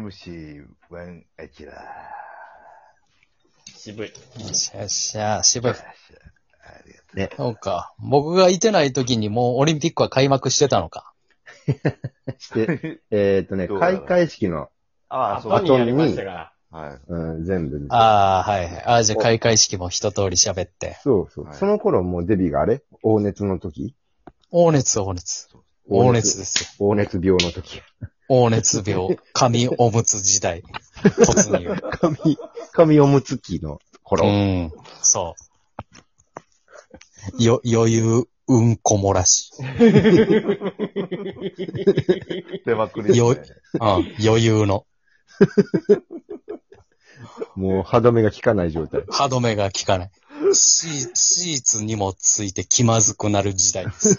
4MC1 アキラ。渋い。よしよっしゃ、渋い。ありがとうね。そうか。僕がいてない時にもうオリンピックは開幕してたのか。 して、えっとね、どうだろう開会式の、あ後にやりましたが、はい。うん、全部に。ああ、はいはい。ああ、じゃあ開会式も一通り喋って。そうそう。はいその頃もうデビがあれ黄熱の時黄熱、黄熱。黄熱で。すよ。黄熱病の時。 黄熱病、紙おむつ時代、突 入。髪、髪おむつきのう頃。ん。そう。よ、余裕、うんこ漏らし。出まくりですね。うん、余裕の。もう歯止めが効かない状態。歯止めが効かない。シーシーツにもついて気まずくなる時代 です。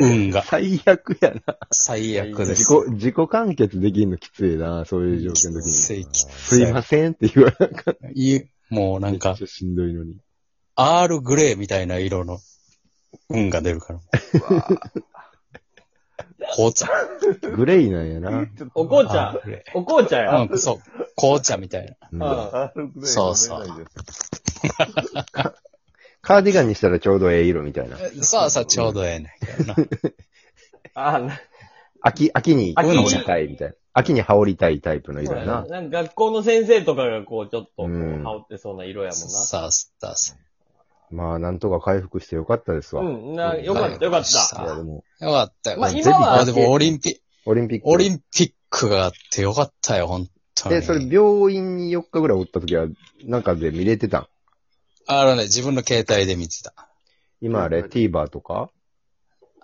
運が最悪やな。最悪で自す。己、自己完結できんのきついな、そういう状況の時に。きついきすいませんって言わなくいもうなんめっか、ちゃしんどいのに。アールグレーみたいな色の運が出るから。うわぁ紅茶。グレイなんやな。お紅茶アールグレお紅茶やー。。うん、そう。紅茶みたいな。うんああのくらいそうそう飲めないですカーディガンにしたらちょうどええ色みたいな。さあさあちょうどええねんけどな。あな秋、秋に秋に羽織りたいみたいな。秋に羽織りたいタイプのそ色うややなな。なんか学校の先生とかがこう、ちょっとこう、うん羽織ってそうな色やもんな。さあさあさまあ、なんとか回復してよかったですわ。うん、な、よかった、よかっさた。あいや、でも、あ。よかったよ。まあうん今はあでもオリンピック、オリンピック。オリンピックがあってよかったよ、本当に。で、それ病院に4日ぐらいおった時は、なんかで見れてたん。あのね、自分の携帯で見てた。今あれ、TVer とか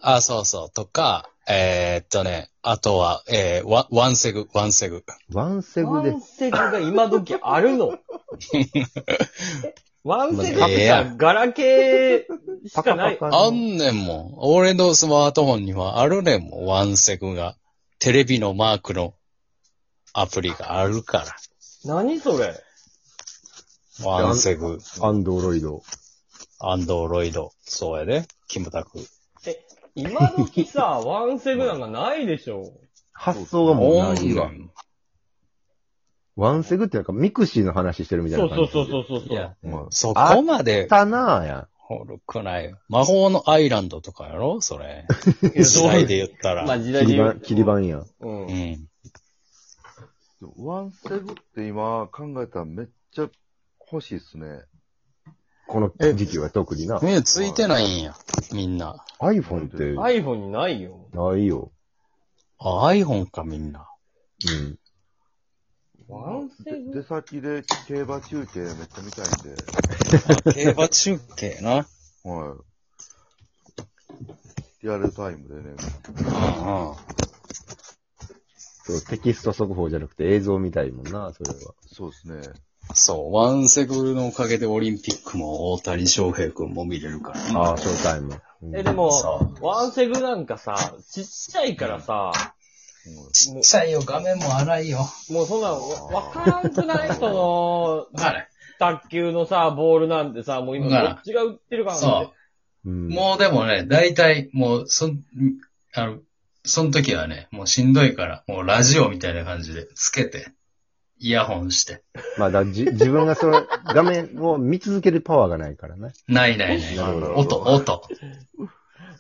あ、そうそう。とか、えーっとね、あとは、えー、ワワンセグ、ワンセグ。ワンセグワでン、セグが今時ある のワンセグっまあええてやさ、ガラケーしパかカなパい。カあの、んねんもん。俺のスマートフォンにはあるねんもん、ワンセグが。テレビのマークのアプリがあるか何それら。ワンセグ、アンドロイド。アンドロイド。そうやで、キムタク。今時さ、ワンセグなんかないでしょ。発想がもうなおんねいんわ。ワンセグってなんかミクシーの話してるみたいそなう感そじう。そうう。そうそう。いや、まあそこまでたなぁやん。古くないよ。魔法のアイランドとかやろそ れ。いや時代で言ったら。まあ時代切でり言板、う。切り板やん。うんう。ん。ワンセグって今考えたらめっちゃ欲しいっすね。この時期は特にな。目ついてないんや、みんな。 iPhone って、 iPhone にないよ。ないよ。あ、iPhone か、みんな。うん。ワンセでグ出先で競馬中継めっちゃ見たいんで。競馬中継な。はい。リアルタイムでね。うんうん。そう、テキスト速報じゃなくて映像みたいもんな、それは。そうですね。そう、ワンセグのおかげでオリンピックも大谷翔平君も見れるからな。ああ、ショータイム。うんえ、でもそ、ワンセグなんかさ、ちっちゃいからさ、ちっちゃいよ、画面も荒いよ。もうそんな、わわからんくないその、はい。卓球のさ、ボールなんてさ、もう今わからどんっちが売ってるかなんそて。うんう。もうでもね、大体、もう、そん、あの、その時はね、もうしんどいから、もうラジオみたいな感じでつけて、イヤホンして。まあだじ、自分がその画面を見続けるパワーがないからね。ないないない。なるほど音、音。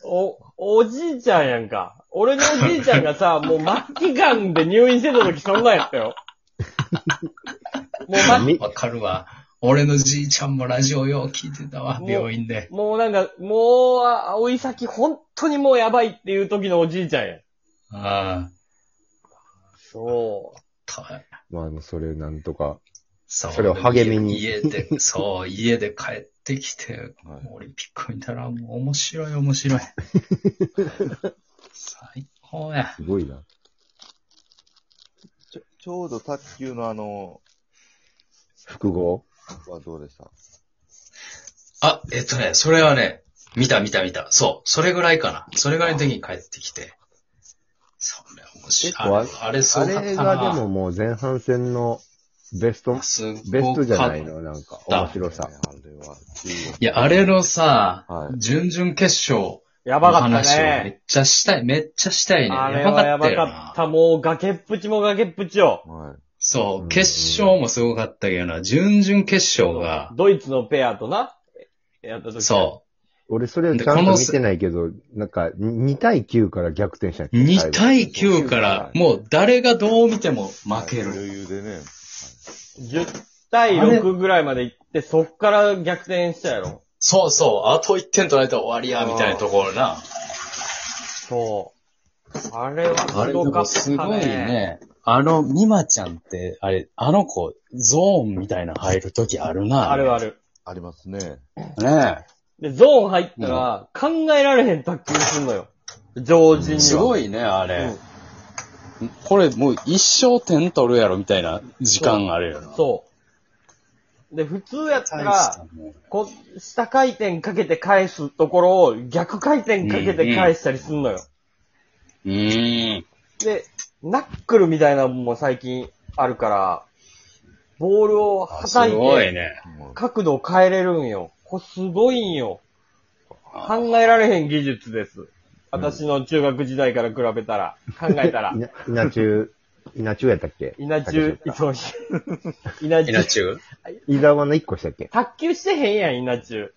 お、おじいちゃんやんか。俺のおじいちゃんがさ、もう末期癌で入院してた時そんなんやったよ。もう末期みわかるわ。俺のじいちゃんもラジオよう聞いてたわ、もう病院で。もうなんか、もう、あ青い先、本当にもうやばいっていう時のおじいちゃんや。ああ、そう。たまあ、それなんとか。そう。それを励みに家で、そう、家で帰ってきて、はいオリンピック見たらもう面白い面 白い。最高や。すごいな。ちょちょうど卓球のあの、複合はどうでしたあ、えっとね、それはね、見た見た見た。そう、それぐらいかな。それぐらいの時に帰ってきて。それ面白い。えあれ、すあごかっれたがでな。ももう前半戦のベスト、すごかったベストじゃないのなんか、面白さね。あれは。いや、あれのさ、はい準々決勝、やばかった話をめね。っちゃしたい、めっちゃしたいね。あれやばはかやったばよかなっ。た。もう崖っぷちも崖っぷちよ。はそうう、ん決勝もすごかったけどな、準々決勝が、ドイツのペアとな、やった時。そ俺、それをちゃんと見てないけど、なんか、2対9から逆転したう、んやっけ2対9から、もう誰がどう見てもい。負けはいる。余裕でね。 10対6ぐらいまで行って、そっから逆転したやろ。そうそう、あと1点取られたら終わりや、みたいなところな。そう。あれはあすれ、でごかもった、ね。すごい。ね。あの、ミマちゃんって、あれ、あの子、ゾーンみたいなの入るときあるな。あるある。ありますね。ねで、ゾーン入ったら、考えられへん卓球すんのよ。常人には。すごい。いね、あれ。うんこれもう一生点取るやろみたいな時間あるよな。そう。で、普通やった大したら、もんこう下回転かけて返すところを逆回転かけて返したりすんのよ。うーん。で、ナックルみたいなのも最近あるから、ボールをあす叩いごいて、ね。うん角度を変えれるんよ。これすごいんよ。考えられへん技術です。私の中学時代から比べたら、考えたら。稲稲中、稲中やったっけ稲中、竹そう、稲中。稲中伊沢の1個したっけ卓球してへんやん、稲中。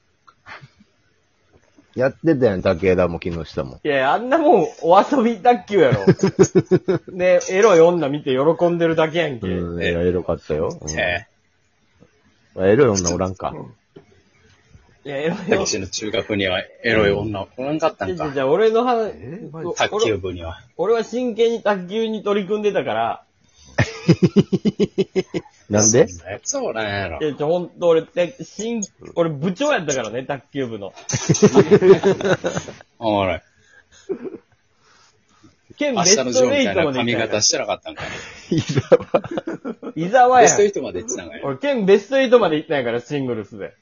やってたやん、竹枝も木下も。いや、あんなもん、お遊び卓球 やろ。ね、エロい女見て喜んでるだけやんけ。うん、えらいエロかったよ。うんえエロい女おらんか。いや、エロいえ。た女け。しの中学部にはエロい女おらんかったんじゃか。じゃ俺の話、えお卓俺球部には。俺は真剣に卓球に取り組んでたから、な んでそんなやつおらんやろい。や、ちょ、ほんと俺って、真、俺部長やったからね、卓球部の。おもろい。県明ベ日スのジョトーエみたイいトなまで髪行った型してなかったんか。伊沢。やん伊沢ベやストん。 8まで行ってたんかよ。俺、県ベスト8まで行ったんやから、シングルスで。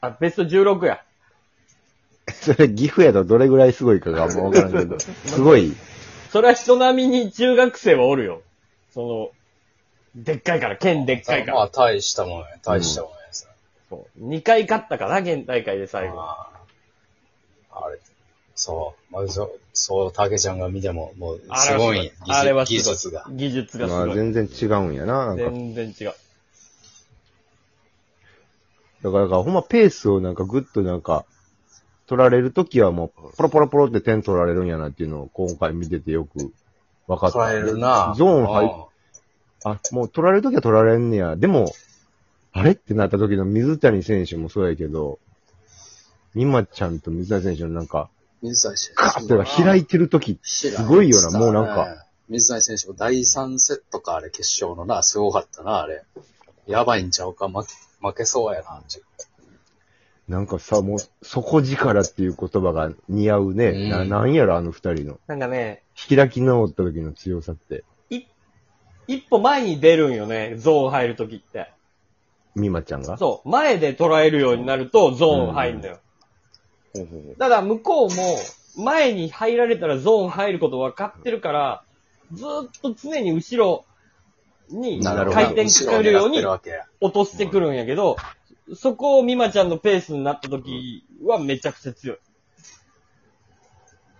あ、ベスト16や。それ、岐阜やとどれぐらいすごいかがもうわからんけど、すごい。それは人並みに中学生はおるよ。その、でっかいから、県でっかいから。まあ、大したもんや。大したもんや。それそう。2回勝ったかな、県大会で最後。まああれ。そう。まあ、そそう、たけちゃんが見ても、もう、すごい。あれはすご技い術が。技術がすまあ、ごい。全然違うんやな。なんか全然違う。だから、ほんまペースをなんかぐっとなんか、取られるときはもう、ポロポロポロって点取られるんやなっていうのを今回見ててよく分かった。捉えるな。ゾーン入入っあ、もう取られるときは取られんねや。でも、あれってなった時の水谷選手もそうやけど、美馬ちゃんと水谷選手のなんか、水谷選手。カーッて開いてるとき、すごいよなもうなんか。水谷選手も第3セットか、あれ、決勝のな、すごかったな、あれ。やばいんちゃうか、負け、負けそうやな、なんかさ、もう、底力っていう言葉が似合うね。うんななんやろ、あの二人の。なんかね、開き直った時の強さって、一歩前に出るんよね、ゾーン入るときって。美馬ちゃんが。そう。前で捉えるようになるとゾーン入るのよ。ほうほうほうただ向こうも、前に入られたらゾーン入ること分かってるから、ずーっと常に後ろになるほど回転かかるように後ろを狙ってるわ落としてくるんやけど、そこを美馬ちゃんのペースになった時はめちゃくちゃ強い。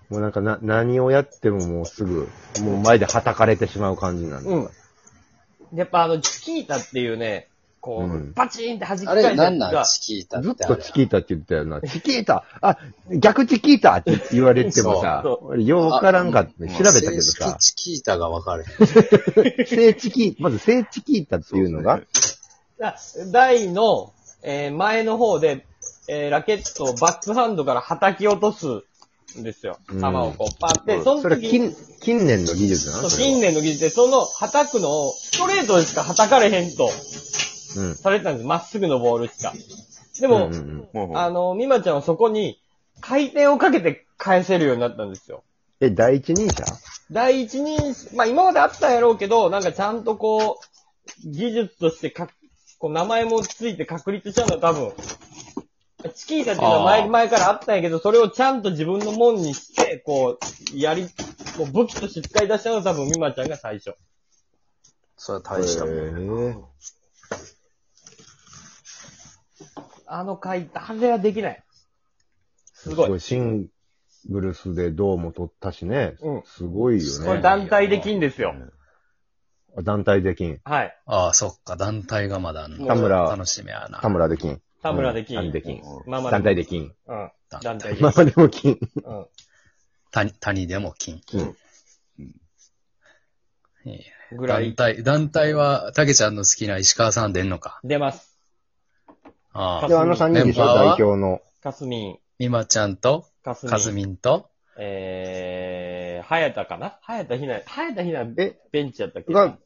もうなんかな、何をやってももうすぐ、もう前で叩かれてしまう感じなんだ。うん。やっぱあの、チキータっていうね、こう、うんバチーンって弾きけ返あしたれ、やつがなんなんチキータってずあっれ。とチキータって言ったよな。チキータあ、逆チキータって言われてもさそう、俺ようわからんかって、調べたけど正さ式、チキータが分かる。正チキまず正チキータっていうのが、だ台の、えー前の方で、えーラケットをバックハンドから叩き落とすんですよ。うん球をこう、パンって、うんそのそれ時に近、、近年の技術なそのうそれは近年の技術で、その叩くのをストレートでしか叩かれへんとうん。されてたんです。まっすぐのボールしか。ででも、うんうん、ほうほうあの、美馬ちゃんはそこに回転をかけて返せるようになったんですよ。え、第一人者第一人称、まあ今まであったんやろうけど、なんかちゃんとこう、技術としてか、こう名前もついて確立したのは多分、チキータっていうのはあ前ー前からあったんやけど、それをちゃんと自分のもんにして、こう、やり、こう武器として使い出したのは多分美馬ちゃんが最初。それは大したもんや。へえあの回、あれはできない。すすごい。進ブルースで銅も取ったしね。うんすごいよすこごれね。団体で金ですよ。団体で金。はい。ああ、そっか、団体がまだあんの田村、楽しみやな。田村で金。田村で金。うん田村で金。まあまあ団体で金。うん。団団体で金ま。あでも金。うん。谷、谷でも金。金。いいねぐら団い。体、団体は、たけちゃんの好きな石川さん出んのか。出ます。あで、あ。あの三人でしメょンバー代は表の。かすみん、みまちゃんと、かすみん。かずみんと、えー、はやたかなはやたひな、はやたひな、えベンチやったっけが、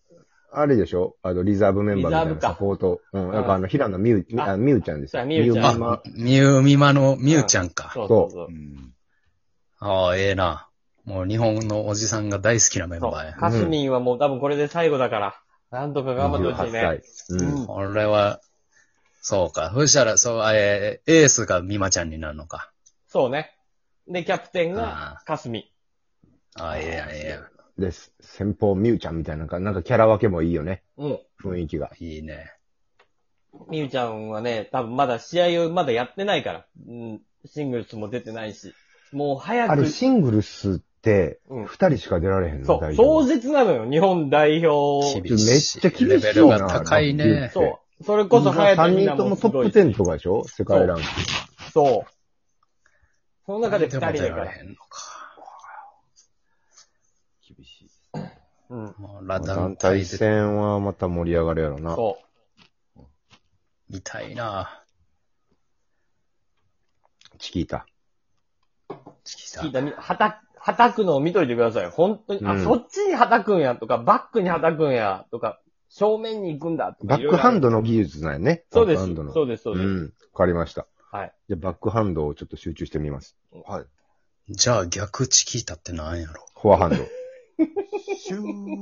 あれでしょあの、リザーブメンバーみたいリザーなブかサポート。うん。なんうんかあの、平野美宇、みああ美宇ちゃんですそよ。う美宇ちゃん美あま、みゆみまのみゆちゃんか。そうそうそうう。ん。ああ、ええな。もう日本のおじさんが大好きなメンそバうーや。かすみんはもう多分これで最後だから、なんとか頑張ってほしいね28。歳。うん。うんこれは、そうか。そしたら、そう、えーエースがみまちゃんになるのか。そうね。で、キャプテンがあかすみ。ああ、ええやん、ええやです。先方美宇ちゃんみたいな、なんかなんかキャラ分けもいいよね。うん。雰囲気が。ん。いいね。みゆちゃんはね、多分まだ試合をまだやってないから。うん。シングルスも出てないし。もう早あくれ、。シングルスって、うん。二人しか出られへんのそう。壮絶なのよ、日本代表。めっちゃ厳しいな。レベルが高いね。そう。それこそ早田3ひ人なとももすトごッいプ。10とかでしょ世界ランク。そう。その中で二誰人だも出らかられ。へんのか。厳しい。うん。もうラダン団体体で戦はまた盛り上がるやろな。そ見たいな。チキータ。チキう。聞いータたみ、はた、はたくのを見といてください。本当に、うあ、んそっちにはたくんやとか、バックにはたくんやとか、正面に行くんだとか。バックハンド。ドの技術なんやね。そうです。バックハンドの。そうです、そうです。ん。わかりました。はい。じゃあバックハンドをちょっと集中してみます。はい。 じゃあ逆チキータってなんやろフォアハンド。シュー